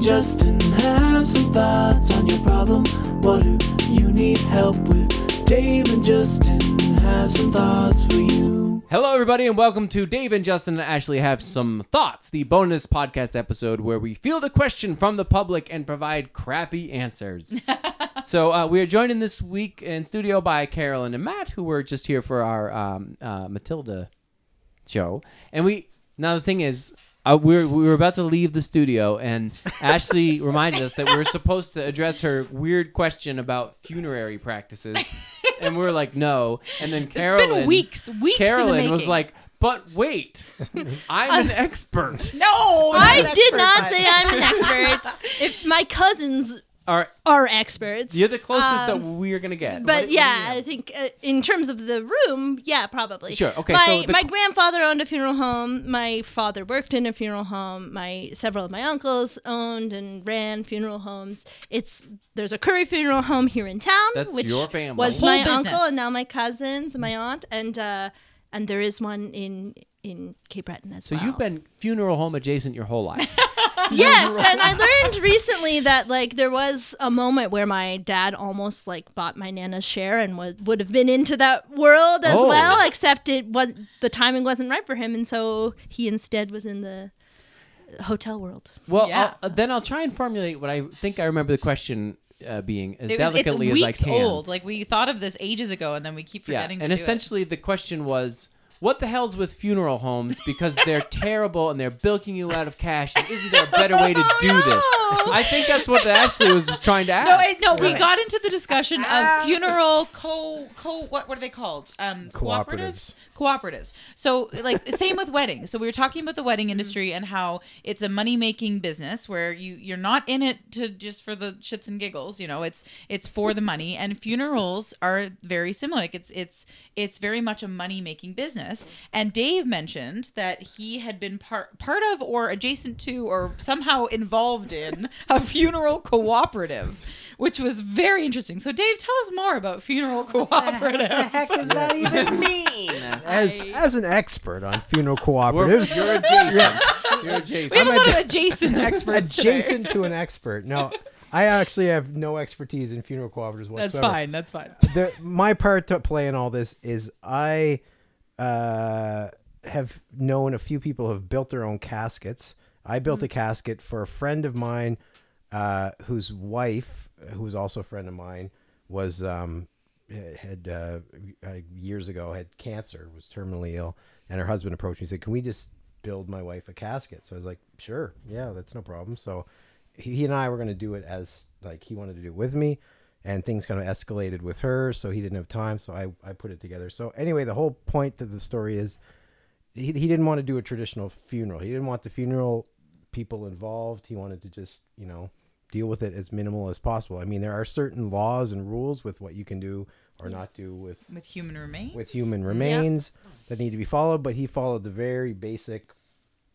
Justin, have some thoughts on your problem. What do you need help with? Dave and Justin have some thoughts for you. Hello, everybody, and welcome to Dave and Justin and Ashley Have Some Thoughts, the bonus podcast episode where we field a question from the public and provide crappy answers. so, uh, we are joined in this week in studio by Carolyn and Matt, who were just here for our um, uh, Matilda show. And we, now the thing is, uh, we were, we were about to leave the studio, and Ashley reminded us that we were supposed to address her weird question about funerary practices. And we were like, no. And then Carolyn. it's been weeks, weeks. in the Carolyn making. was like, but wait, I'm an expert. "No, "Oh, I did not say I'm an expert. if my cousins All right, are experts, you're the closest that Um, we're gonna get. But yeah, I think uh, in terms of the room, yeah, probably. Sure, okay, My so the- my grandfather owned a funeral home. My father worked in a funeral home. My several of my uncles owned and ran funeral homes. It's there's a Curry funeral home here in town. That's which your family. Was Whole my business. uncle and now my cousins, and my aunt, and uh, and there is one in in Cape Breton as so well. you've been funeral home adjacent your whole life. Yes, and I learned recently that like there was a moment where my dad almost like bought my nana's share and would would have been into that world as Oh. well, except it was the timing wasn't right for him, and so he instead was in the hotel world. Well, Yeah. I'll, then I'll try and formulate what I think I remember the question uh, being as It was, it's delicately weeks as I can. old. Like we thought of this ages ago, and then we keep Yeah, forgetting. and to do it. essentially the question was. What the hell's with funeral homes? Because they're terrible and they're bilking you out of cash. And isn't there a better way to do this? I think that's what Ashley was trying to ask. Oh, No, I, no, we got into the discussion of funeral co co what what are they called? Um, Cooperatives. Cooperatives. So like same with weddings. So we were talking about the Mm-hmm. wedding industry and how it's a money making business where you you're not in it to just for the shits and giggles. You know, it's it's for the money. And funerals are very similar. Like it's it's it's very much a money making business. And Dave mentioned that he had been part part of or adjacent to or somehow involved in a funeral cooperative, which was very interesting. So Dave, tell us more about funeral cooperatives. heck does that even mean? As as an expert on funeral cooperatives, You're adjacent. You're adjacent. We have a I'm lot of ad- adjacent experts. today. adjacent to an expert. No, I actually have no expertise in funeral cooperatives whatsoever. That's fine. That's fine. The, my part to play in all this is I uh, have known a few people have built their own caskets. I built a casket for a friend of mine uh, whose wife, who was also a friend of mine, was um, had uh, uh, years ago had cancer, was terminally ill, and her husband approached me and said, "Can we just build my wife a casket?" So I was like, "Sure, yeah, that's no problem." So he, he and I were going to do it as like he wanted to do it with me, and things kind of escalated with her, so he didn't have time. So I I put it together. So anyway, the whole point of the story is he, he didn't want to do a traditional funeral. He didn't want the funeral people involved. He wanted to just, you know, deal with it as minimal as possible. I mean, there are certain laws and rules with what you can do or not do with With human remains. with human remains that need to be followed, but he followed the very basic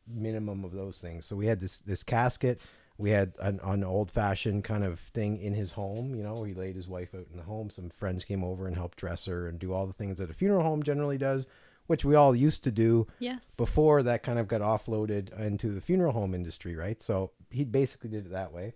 minimum of those things. So we had this this casket. We had an, an old fashioned kind of thing in his home, you know, where he laid his wife out in the home. Some friends came over and helped dress her and do all the things that a funeral home generally does, which we all used to do Yes. before that kind of got offloaded into the funeral home industry, right? So he basically did it that way.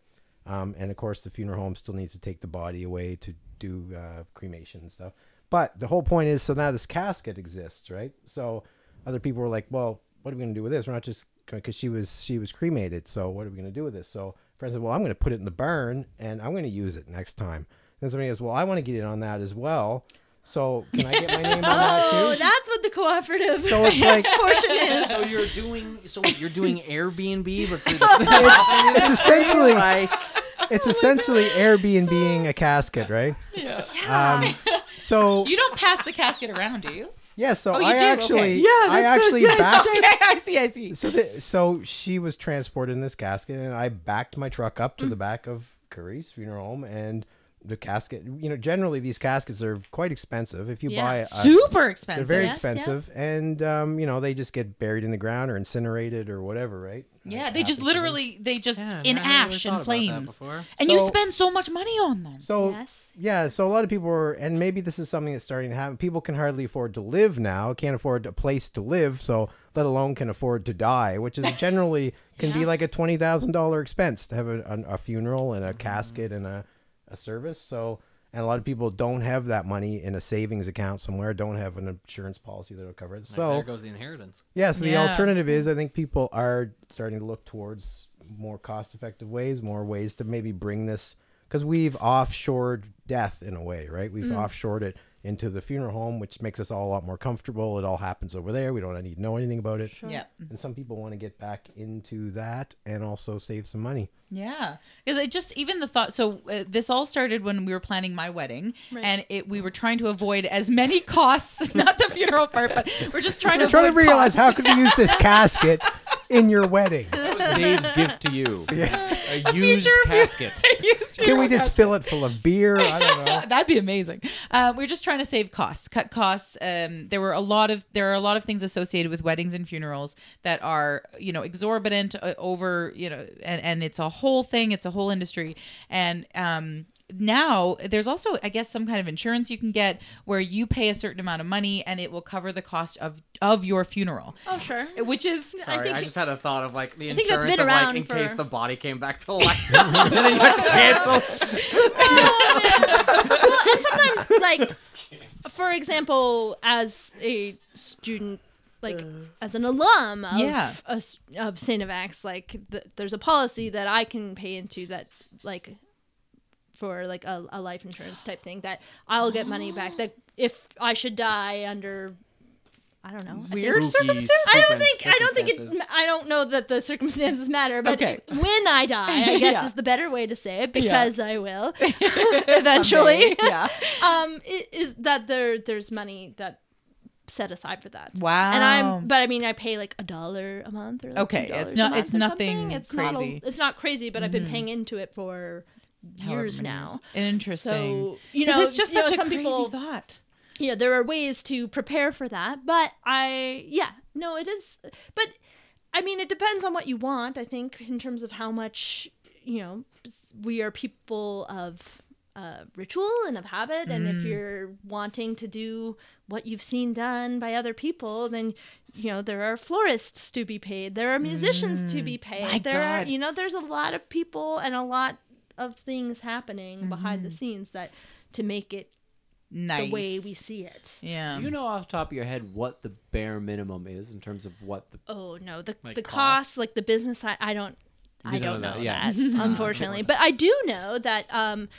Um, and of course, the funeral home still needs to take the body away to do uh, cremation and stuff. But the whole point is so now this casket exists, right? So other people were like, well, what are we going to do with this? We're not just because she was she was cremated. So what are we going to do with this? So friends said, well, I'm going to put it in the barn and I'm going to use it next time. And somebody goes, well, I want to get in on that as well. So can I get my name on that too? Oh, that's what the cooperative so it's like portion is. So you're doing so what, you're doing Airbnb, but for the it's, it's essentially like it's essentially Airbnb being a casket, right? Oh Yeah. Um, so You don't pass the casket around, do you? yeah, so Oh, you I do? actually Okay. yeah, I actually backed Okay, I see. I see. so the, so she was transported in this casket and I backed my truck up Mm. to the back of Curry's funeral home and the casket, you know, generally these caskets are quite expensive. If you Yeah. buy a, Super they're expensive. very Yes, yeah. expensive, and um, you know they just get buried in the ground or incinerated or whatever, right? yeah, they just Happens to them. literally they just Yeah, in I haven't really ash thought and about that flames, before. and you So- spend so much money on them. So Yes. yeah, so a lot of people were, and maybe this is something that's starting to happen. People can hardly afford to live now; can't afford a place to live, so let alone can afford to die, which is generally can be like a twenty thousand dollar expense to have a, an- a funeral and a casket and a, a service. So, and a lot of people don't have that money in a savings account somewhere, don't have an insurance policy that'll cover it. So, there goes the inheritance. yeah, so the Yeah. alternative is I think people are starting to look towards more cost effective ways, more ways to maybe bring this because we've offshored death in a way, right? We've Mm. offshored it into the funeral home, which makes us all a lot more comfortable. It all happens over there. We don't need to know anything about it. Yeah. And some people want to get back into that and also save some money. Yeah, because it just even the thought. So uh, this all started when we were planning my wedding, and it we were trying to avoid as many costs, not the funeral part, but we're just trying to I'm trying to avoid realize costs. how could we use this casket in your wedding? That was Dave's gift to you. A, used future- casket. Yes, Can we funeral just fill it full of beer? I don't know. costs. That'd be amazing. Uh, we we're just trying to save costs, cut costs. Um, there were a lot of there are a lot of things associated with weddings and funerals that are you know exorbitant uh, over you know, and and it's a whole thing. It's a whole industry, and um, now there's also i guess some kind of insurance you can get where you pay a certain amount of money and it will cover the cost of of your funeral Oh, sure. which is Sorry, I, just had a thought of like the I insurance think that's been of like around in case for- the body came back to life, and then you have to cancel. well, and sometimes like for example as a student like as an alum of Uh. Yeah. a s- of Cinemax, like th- there's a policy that I can pay into that like for like a, a life insurance type thing that I'll get money back that if I should die under I don't know I think- Weird circumstances. I don't think I don't think it I don't know that the circumstances matter but Okay. when I die I guess Yeah. is the better way to say it because I will eventually yeah um i- is that there there's money that set aside for that wow and i'm but i mean i pay like a dollar a month or like Okay, $2 it's a not- month it's or nothing something. it's not crazy. Mm-hmm. a, it's not crazy but i've been paying into it for However years many now interesting so you 'Cause know it's just you such know, a some crazy people thought you know there are ways to prepare for that but i yeah no it is but i mean it depends on what you want i think in terms of how much you know we are people of uh, ritual and of habit and Mm. if you're wanting to do what you've seen done by other people then you know there are florists to be paid there are musicians to be paid Mm. My there are God. you know there's a lot of people and a lot of things happening behind Mm-hmm. the scenes that to make it nice the way we see it yeah Do you know off the top of your head what the bare minimum is in terms of what the oh no the Like the cost? cost? like the business side i don't i don't don't know know, that, yeah. that unfortunately but i do know that um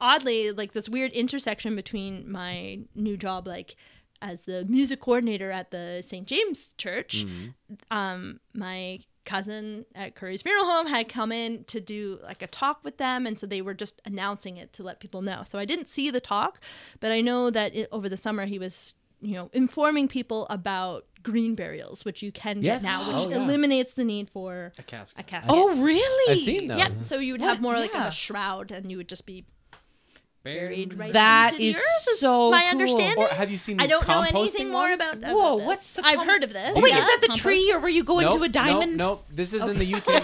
oddly like this weird intersection between my new job like as the music coordinator at the st james church um my cousin at curry's funeral home had come in to do like a talk with them and so they were just announcing it to let people know so i didn't see the talk but i know that it, over the summer he was you know informing people about green burials which you can Yes. get now which Oh, yeah. eliminates the need for A casket. a casket oh really I've seen those. Yep. So you would have What? more like of Yeah. a shroud, and you would just be buried right That into is the earth, is so my cool. understanding. Or have you seen these I don't know composting anything more ones? about. about Whoa, this. what's the I've com- heard of this. Oh, wait, yeah, is that the compost. tree, or were you going nope, to a diamond? Nope, nope. This is in the UK.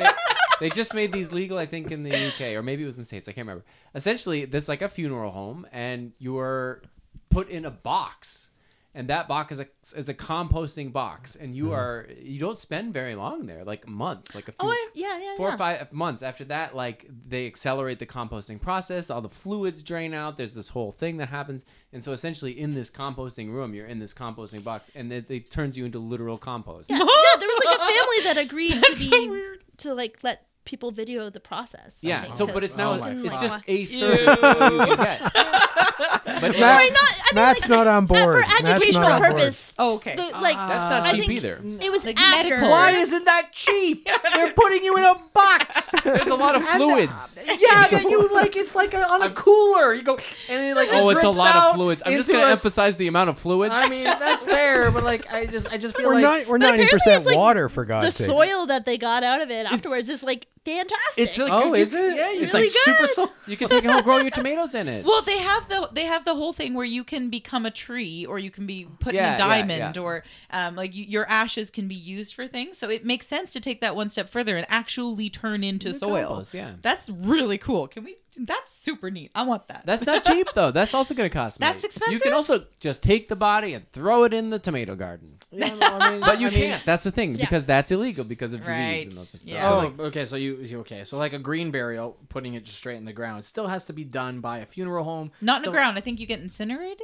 They, they just made these legal, I think, in the UK, or maybe it was in the States. I can't remember. Essentially, that's like a funeral home, and you are put in a box, and that box is a is a composting box, and you are you don't spend very long there, like months, like a few. Oh, I, yeah, yeah, Four yeah. or five months after that, like they accelerate the composting process. All the fluids drain out. There's this whole thing that happens, and so essentially, in this composting room, you're in this composting box, and it, it turns you into literal compost. Yeah. no, there was like a family that agreed to That's be so weird. to like let people video the process. I Yeah. think, So, but 'cause it's now Oh you can, it's like, just walk- a service that you can get. But Matt- Sorry, not. I mean, Matt's like, not on board. For Matt's educational not on board. purpose. Oh, okay. The, like that's not I cheap think- either. it was Like after. medical. Why isn't that cheap? They're putting you in a box. There's a lot of fluids. Yeah, that you like. It's like a, on a cooler. You go and it like. Oh, it's a drips lot out of fluids. I'm just into gonna a s- emphasize the amount of fluids. I mean, that's fair, but like, I just, I just feel We're like not. We're But ninety apparently percent it's like water for the God's sake. soil that they got out of it afterwards is like fantastic. it's like Oh, you- is it? Yeah, it's really like super. So- you can take it home, grow your tomatoes in it. Well, they have the they have the whole thing where you can become a tree, or you can be put in Yeah, yeah, a diamond, yeah. or um, like you, your ashes can be used for things. So it makes sense to take that one step further and actually turn into soil. compost, yeah. that's really cool. Can we That's super neat. I want that. That's not cheap though. That's also going to cost money. That's You expensive? can also just take the body and throw it in the tomato garden. Yeah, no, I mean, But you I mean- can't. That's the thing Yeah. because that's illegal because of disease Right. and those. Yeah. so, Oh, like, okay. So you you- okay? So like a green burial, putting it just straight in the ground, still has to be done by a funeral home. Not in Still- the ground. I think you get incinerated.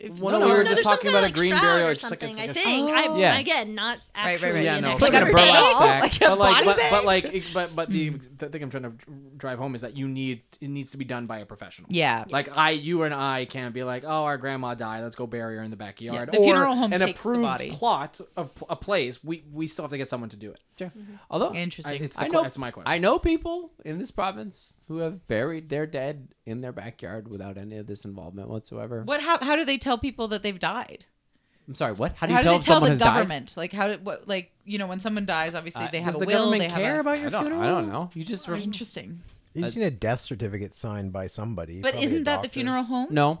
If Well, not no, we already- were Oh, no, just there's talking some about kind a of, green shroud burial, or it's like- something. it's I like a- think. I'm, Yeah. Again, not Right, right, actually. right. Yeah, an no, it's actual like a burial. burlap bag? sack. Like a But like, body but, bag? but like, it- but but the, the thing I'm trying to dr- drive home is that you need it needs to be done by a professional. Yeah. Oh, Like I, you and I can't be like, oh, our grandma died. Let's go bury her in the backyard. the funeral or home an takes the approved body. plot of p- a place. We we still have to get someone to do it. yeah. Although I, Interesting. it's the I que- know that's my question. I know people in this province who have buried their dead in their backyard without any of this involvement whatsoever. what? How, how do they tell people that they've died? I'm sorry. What? How do you How do tell they if tell someone the has died? government? Like how did what? Like you know when someone dies, obviously Uh, they have Does a the will. They government have care a, about your I don't, funeral? I don't know. You just re- interesting. You've seen a death certificate signed by somebody. But probably a isn't that the doctor. funeral home? no,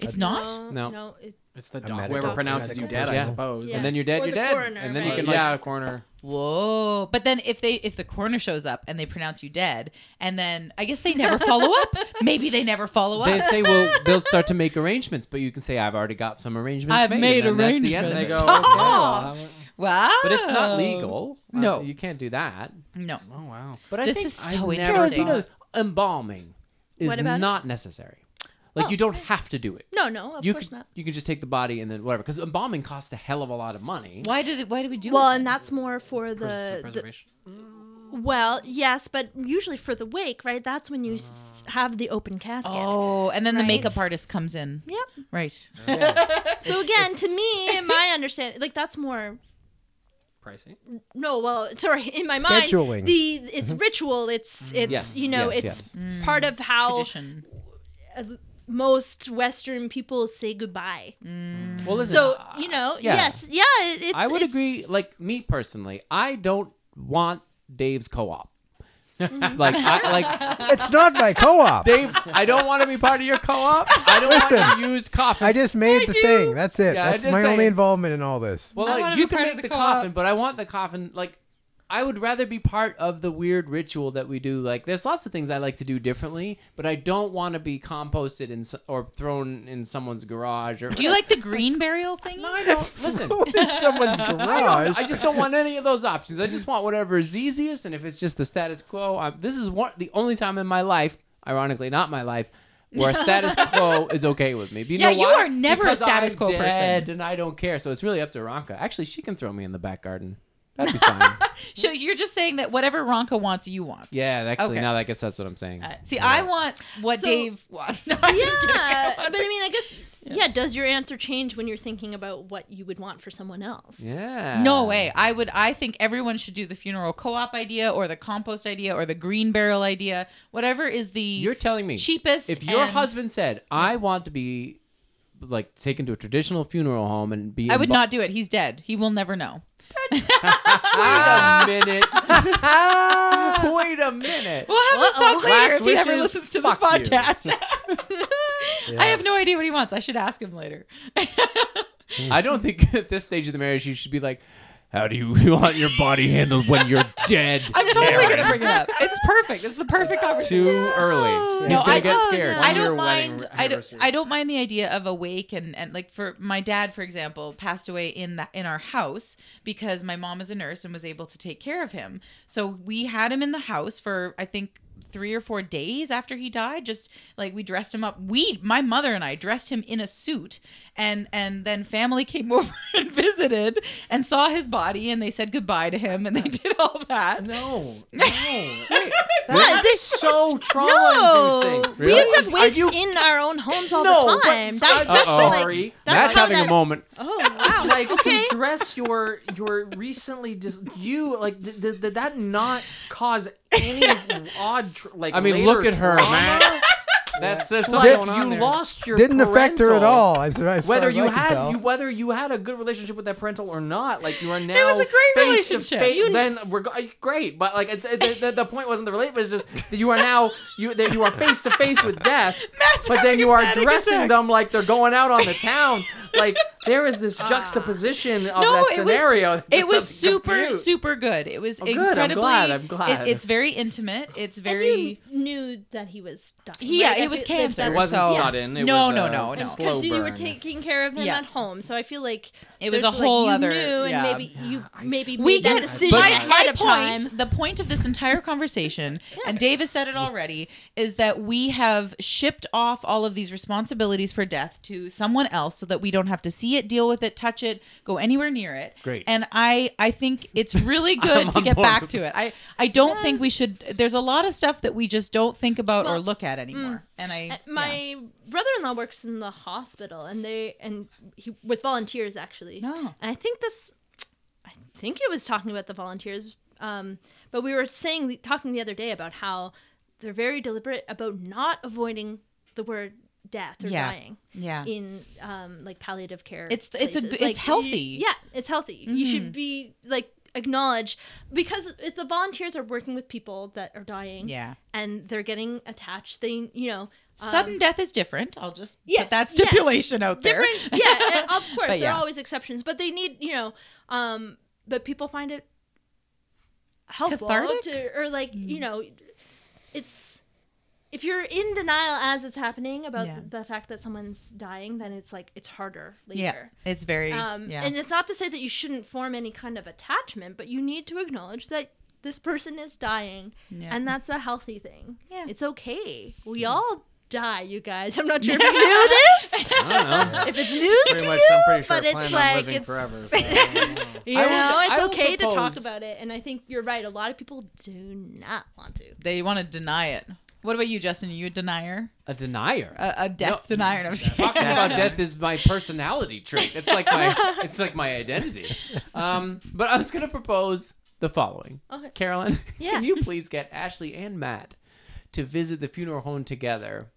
it's not. No, No. no, it- It's the A doc, medical- whoever pronounces you medical dead, I person. suppose. Yeah. and then you're dead. Or you're the dead, coroner, and then you right? can But like yeah, corner. Whoa! But then if they if the coroner shows up and they pronounce you dead, and then I guess they never follow up. Maybe they never follow up. They say, well, they'll start to make arrangements, but you can say, I've alady got some arrangements. I've made and then that's the end of And arrangements. they it. go, okay, well, I'm- wow. But it's not legal. Uh, No. you can't do that. No. oh wow. But I This think is so I've never interesting. thought- knows embalming is What about it? not necessary. Like you don't have to do it. no, no, of you course can, not. You can just take the body and then whatever. Because embalming costs a hell of a lot of money. Why do they, why do we do? Well, it? and that's more for the, the preservation. Well, yes, but usually for the wake, right? That's when you s- Ah. have the open casket. oh, and then the Right. makeup artist comes in. Yep. Right. So again, to me, in my understanding, like that's more Pricing. no, well, sorry, in my mind, Scheduling. the it's ritual, it's it's Mm-hmm. Mm. Yes, you know, yes, Mm. it's part of how Tradition. most Western people say goodbye. Well, listen, So I- you know, Mm. Ah. yeah. yes, yeah, it, it's. I would it's- agree. Like me personally, I don't want Dave's co-op. Mm-hmm. like, I, like It's not my co-op. Dave, I don't want to be part of your co-op. I don't want Listen, your used coffin. I just made the thing. That's it. Yeah, I That's just my say- only involvement in all this. Well, I wanna like be you can part of make the, the co-op. coffin, but I want the coffin. Like, I would rather be part of the weird ritual that we do. Like, there's lots of things I like to do differently, but I don't want to be composted in so- or thrown in someone's garage. Or Do you like the green burial thing? No, I don't. Listen. in someone's I, don't- garage. I just don't want any of those options. I just want whatever is easiest, and if it's just the status quo, I'm, this is one the only time in my life, ironically not my life, where status quo is okay with me. But you Yeah, know you why? are never a Because status I'm quo person. dead and I don't care. So it's really up to Ronka. Actually, she can throw me in the back garden. That'd be fine. So you're just saying that whatever Ronka wants, you want. yeah, actually, Okay. now that I guess that's what I'm saying. Uh, see, I want what So- Dave wants. No, I'm Yeah, just kidding. I want but the- I mean, I guess yeah. Does your answer change when you're thinking about what you would want for someone else? yeah. No way. I would. I think everyone should do the funeral co-op idea, or the compost idea, or the green barrel idea. Whatever is the You're telling me cheapest. if your and- husband said, "I want to be like taken to a traditional funeral home and be," I would invo- not do it. He's dead. He will never know. Wait a minute. Wait a minute. We'll have this talk later Last if he ever wishes? listens to this Fuck you. podcast. I have no idea what he wants. I should ask him later. I don't think at this stage of the marriage you should be like, how do you want your body handled when you're dead? I'm totally gonna bring it up. It's perfect. It's the perfect conversation. Too early. He's No, gonna I get just- scared. I One-year don't wedding mind. re- I don't, anniversary. I don't mind the idea of a wake and and like for my dad, for example, passed away in that in our house because my mom is a nurse and was able to take care of him. So we had him in the house for I think three or four days after he died. Just like we dressed him up. We, my mother and I, dressed him in a suit, and and then family came over and visited and saw his body, and they said goodbye to him, and they did all that. No, no. Wait, Yeah, they- that's so No, trauma-inducing. we used to have Are wakes you- in our own homes all No, the but- time. That, I'm that's like- sorry. that's Matt's how having that, a moment. Oh wow! like okay. to dress your your recently dis- you like did, did, did that not cause any odd tr- like I mean, later look at her, trauma? man. That's there's something like going on you there. lost your Didn't affect her at parental- all. As, as far whether as you I can had tell. you whether you had a good relationship with that parental or not like you are now was a great face to relationship. face- You- then reg- great but like it, it, the, the point wasn't the relationship it's just that you are now you that you are face to face with death Matt's but then you having a are panic dressing attack. them like they're going out on the town like there was this juxtaposition of Ah. no, that it scenario. was that it just was doesn't super compute. super good. It was Oh, good. I'm incredibly. glad. I'm it- glad. it's very intimate. It's And very. you knew that he was dying. He- yeah, right? it Like, was if cancer. that's- It It wasn't So- sudden. It was No, uh, no, a no, no. And Slow because you were burn. taking care of him Yeah. at home, so I feel like It was there's, a whole like, you other- knew, and yeah. maybe you maybe we made that get decision my, ahead my of point, time. The point of this entire conversation, and Dave has said it already, is that we have shipped off all of these responsibilities for death to someone else so that we don't have to see it, deal with it, touch it, go anywhere near it. Great. And I, I think it's really I'm good to on get board back with to it. I, I don't think we should. There's a lot of stuff that we just don't think about or Well, mm, uh, look at anymore. and I, My yeah. brother-in-law works in the hospital, and they and he with volunteers actually. No. and I think this, I think it was talking about the volunteers. Um, but we were saying talking the other day about how they're very deliberate about not avoiding the word death or Yeah. dying yeah. in um like palliative care. It's- it's a places. g- it's Like, you- healthy. Mm-hmm. yeah, it's healthy. You should be like acknowledge because if the volunteers are working with people that are dying, Yeah. and they're getting attached. They you know um, Sudden death is different. I'll just Yes, put that yes. stipulation out there. different. Yeah, and of course But there yeah. are always exceptions, but they need you know. um But people find it helpful Cathartic? Mm. to or like you know, it's. If you're in denial as it's happening about Yeah. the fact that someone's dying, then it's like it's harder later. Yeah, it's very. Um, yeah. And it's not to say that you shouldn't form any kind of attachment, but you need to acknowledge that this person is dying, Yeah. and that's a healthy thing. Yeah. It's okay. We all die, you guys. I'm not sure if you knew this, I don't know. if it's news Pretty to much, you, I'm pretty sure but I it's plan on like living it's, forever. you I know, would- I it's would okay to talk propose- about it. And I think you're right. A lot of people do not want to. They want to deny it. What about you, Justin? Are you a denier? A denier. A, a death No. denier? No, I'm just kidding. Talking about death is my personality trait. It's like my it's like my identity. Um, but I was gonna propose the following. Okay. Carolyn, Yeah. can you please get Ashley and Matt to visit the funeral home together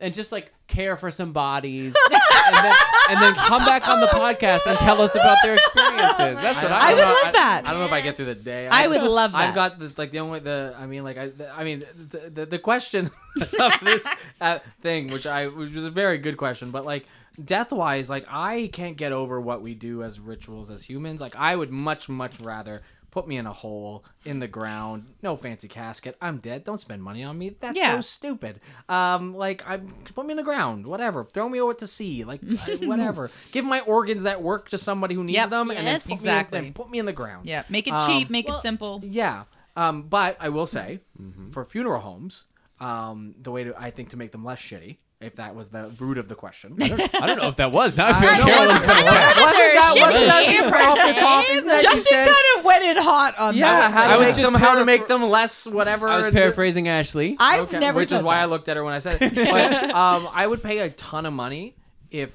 and just like care for some bodies and, then, and then come back on the podcast and tell us about their experiences. That's what I, I would want. love that. I, don't know if I get through the day. I would love that. I've got the, like the only the I mean like I the, I mean the, the, the question of this uh, thing which I which was a very good question but like death wise like I can't get over what we do as rituals as humans like I would much much rather put me in a hole in the ground no fancy casket I'm dead don't spend money on me that's Yeah. so stupid um like I put me in the ground whatever throw me over to sea like I- whatever give my organs that work to somebody who needs Yep. them and then Yes. put me in- Exactly. and put me in the ground yeah, make it Um, cheap, make well- it simple. yeah. Um, but I will say, Mm-hmm. for funeral homes, um, the way to I think to make them less shitty, if that was the root of the question. Um, I don't know. I don't know if that was. Now I feel I don't Carolyn's know. been attacked. that shitty wasn't that per you were off the se. top? Isn't that you Justin said? kind of went in hot on Yeah, that. how to I was make just them, how to paraphr- make them less whatever. I was the- paraphrasing Ashley. I've Okay, never which is said why I that. looked at her when I said it. But, um, I would pay a ton of money if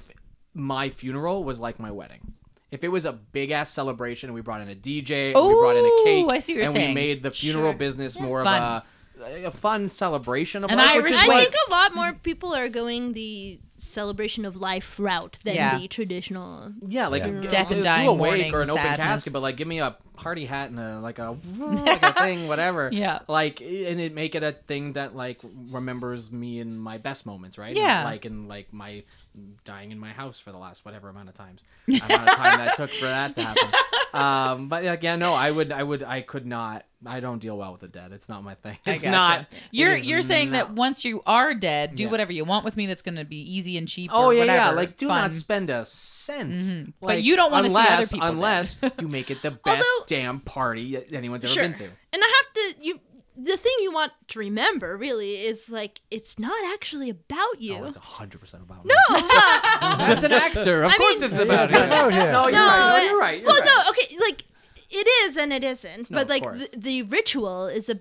my funeral was like my wedding. If it was a big ass celebration and we brought in a DJ, and we brought in a Ooh, cake, I see what you're and we saying. made the funeral Sure. business more Fun. of a, a fun celebration of An life, Irish which is I But- think a lot more people are going the celebration of life route than Yeah. the traditional. Yeah, like Yeah. g- Death and do dying a wake mourning, or an open sadness. casket, but like give me a party hat and a like a, like a thing, whatever. Yeah. like and it make it a thing that like remembers me in my best moments, right? Not, Yeah. like in like my dying in my house for the last whatever amount of times amount of time that took for that to happen. Um, but like yeah, no, I would, I would, I could not. I don't deal well with the dead. It's not my thing. I It's gotcha. not. it You're is you're saying that not. once you are dead, do Yeah. whatever you want with me. That's going to be easy and cheap. Oh or yeah, whatever, yeah. Like, do fun. not spend a cent. Mhm. But Like, you don't wanna see other unless- people dead. unless you make it the best Although- damn party that anyone's ever been to. And I have to you the thing you want to remember really is like it's not actually about you. Oh, it's hundred percent about no. uh, That's an actor. Of I course mean- it's about it. Yeah, it's about him. No, you're no, right. uh, No, you're right. You're well, right. no, okay, like it is and it isn't. No, but of like course. the, the ritual is a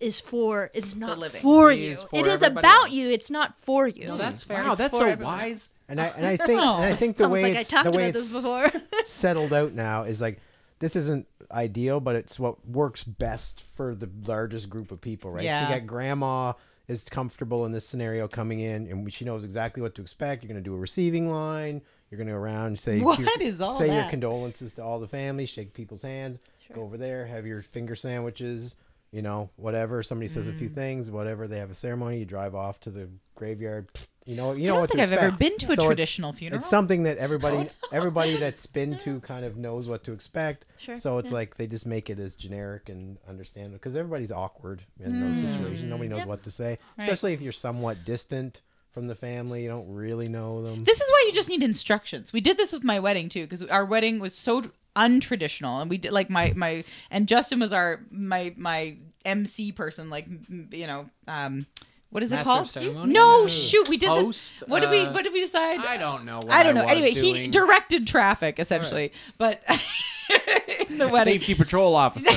is for is not living. for It you. is for it is everybody about else. you. It's not for you. No, Oh, that's fair. Wow, It's that's for so everyone. wise. And I and I think and I think It's the almost way Oh, like I it's talked the way about it's this before. settled out now is like this isn't ideal, but it's what works best for the largest group of people, right? So Yeah. you got grandma is comfortable in this scenario coming in, and she knows exactly what to expect. You're going to do a receiving line. You're going to go around say What your- is all say your that? condolences to all the family, shake people's hands, go over there, have your finger sandwiches. Mm. You know, whatever. Somebody says a few things, whatever. They have a ceremony. You drive off to the graveyard. You know, you I know don't what to think I've ever expect. been to a So it's- traditional funeral. It's something that everybody everybody that's been to kind of knows what to expect. Sure, So it's yeah. like they just make it as generic and understandable because everybody's awkward in those situations. Nobody knows Yeah. what to say, Hmm. Right. especially if you're somewhat distant from the family. You don't really know them. This is why you just need instructions. We did this with my wedding too, because our wedding was so untraditional, and we did like my my and Justin was our my my MC person, like m- you know, um, what is it Master of called? ceremony? No, Mm. shoot, we did Host, this. What did we uh, What did we decide? I don't know. What I don't know. was anyway, he doing. directed traffic essentially, but in the wedding, safety patrol officer.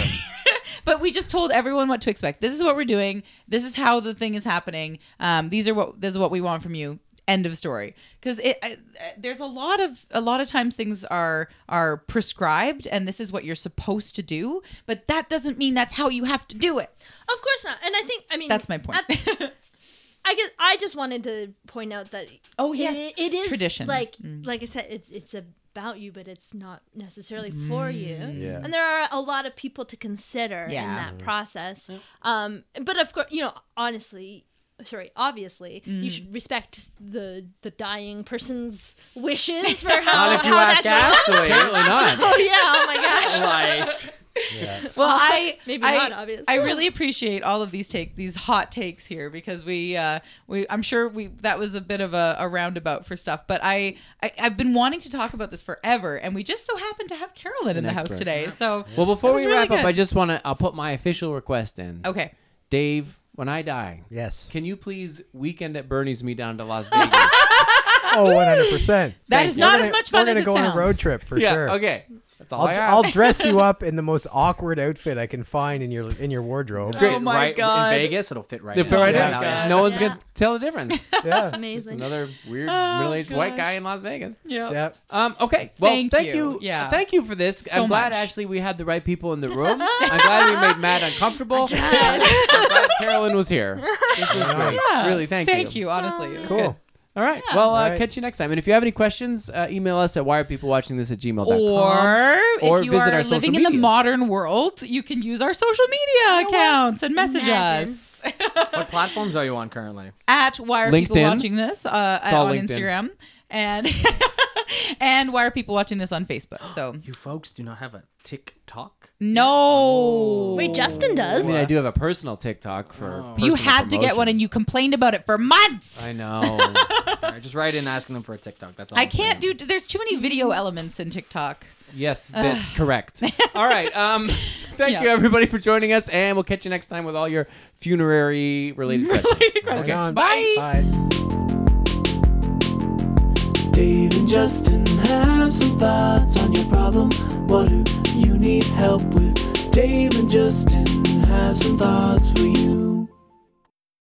but we just told everyone what to expect. This is what we're doing. This is how the thing is happening. Um, these are what this is what we want from you. End of story. Because it I, I- there's a lot of a lot of times things are are prescribed, and this is what you're supposed to do. But that doesn't mean that's how you have to do it. Of course not. And I think I mean That's my point. at- I guess I just wanted to point out that Oh, it- yes. it is Tradition. Like like I said, it's it's about you, but it's not necessarily for you. Yeah. And there are a lot of people to consider Yeah. in that process. Um, but of course, you know, honestly. Sorry, obviously, you should respect the the dying person's wishes for how, Not if you how ask that goes. Ashley. Apparently not. Oh yeah! Oh my gosh! like, yeah. Well, I Maybe I, not, obviously. I really appreciate all of these take these hot takes here because we uh, we I'm sure we that was a bit of a, a roundabout for stuff, but I, I I've been wanting to talk about this forever, and we just so happen to have Carolyn in An the house expert. today. So Well, before That was we really wrap up, good. I just want to. I'll put my official request in. okay, Dave, when I die, Yes. can you please weekend at Bernie's me down to Las Vegas? Oh, 100%. that Thank is you. not We're as gonna- much fun We're as gonna it go sounds. on a road trip for yeah. sure. Okay. That's all I'll, I I'll ask. dress you up in the most awkward outfit I can find in your in your wardrobe. Great. Oh my right? God. in Vegas, it'll fit right. The in. paradise- Yeah. God. No one's Yeah. gonna tell the difference. Yeah. Just Amazing. another weird Oh, middle-aged gosh. white guy in Las Vegas. Yeah. Um, okay. Well, Thank thank, you. you. Yeah. Thank you for this. So I'm glad, much. actually, we had the right people in the room. I'm glad we made Matt uncomfortable. And I'm glad Carolyn was here. This was Yeah. great. Really, thank, you. Thank you, honestly. It was good. Cool. All right. Well, uh, All right. catch you next time. And if you have any questions, uh, email us at why are people watching this at gmail.com. Or if Or you visit are our social living in the medias. modern world, you can use our social media accounts and message Imagine. us. What platforms are you on currently? at why are people LinkedIn. watching this uh, It's all on LinkedIn. Instagram and and why are people watching this on Facebook? So You folks do not have a TikTok. no, Wait, Justin does. I mean, I do have a personal TikTok for. Oh. you personal had to get one promotion. and you complained about it for months. I know. All right, just write in asking them for a TikTok. That's all. I I'm can't saying. do. There's too many video elements in TikTok. yes, that's correct. All right. Um, thank Yeah. you everybody for joining us, and we'll catch you next time with all your funerary related questions. Right Okay. on. Bye. Bye. Dave and Justin have some thoughts on your problem. What do you need help with? Dave and Justin have some thoughts for you.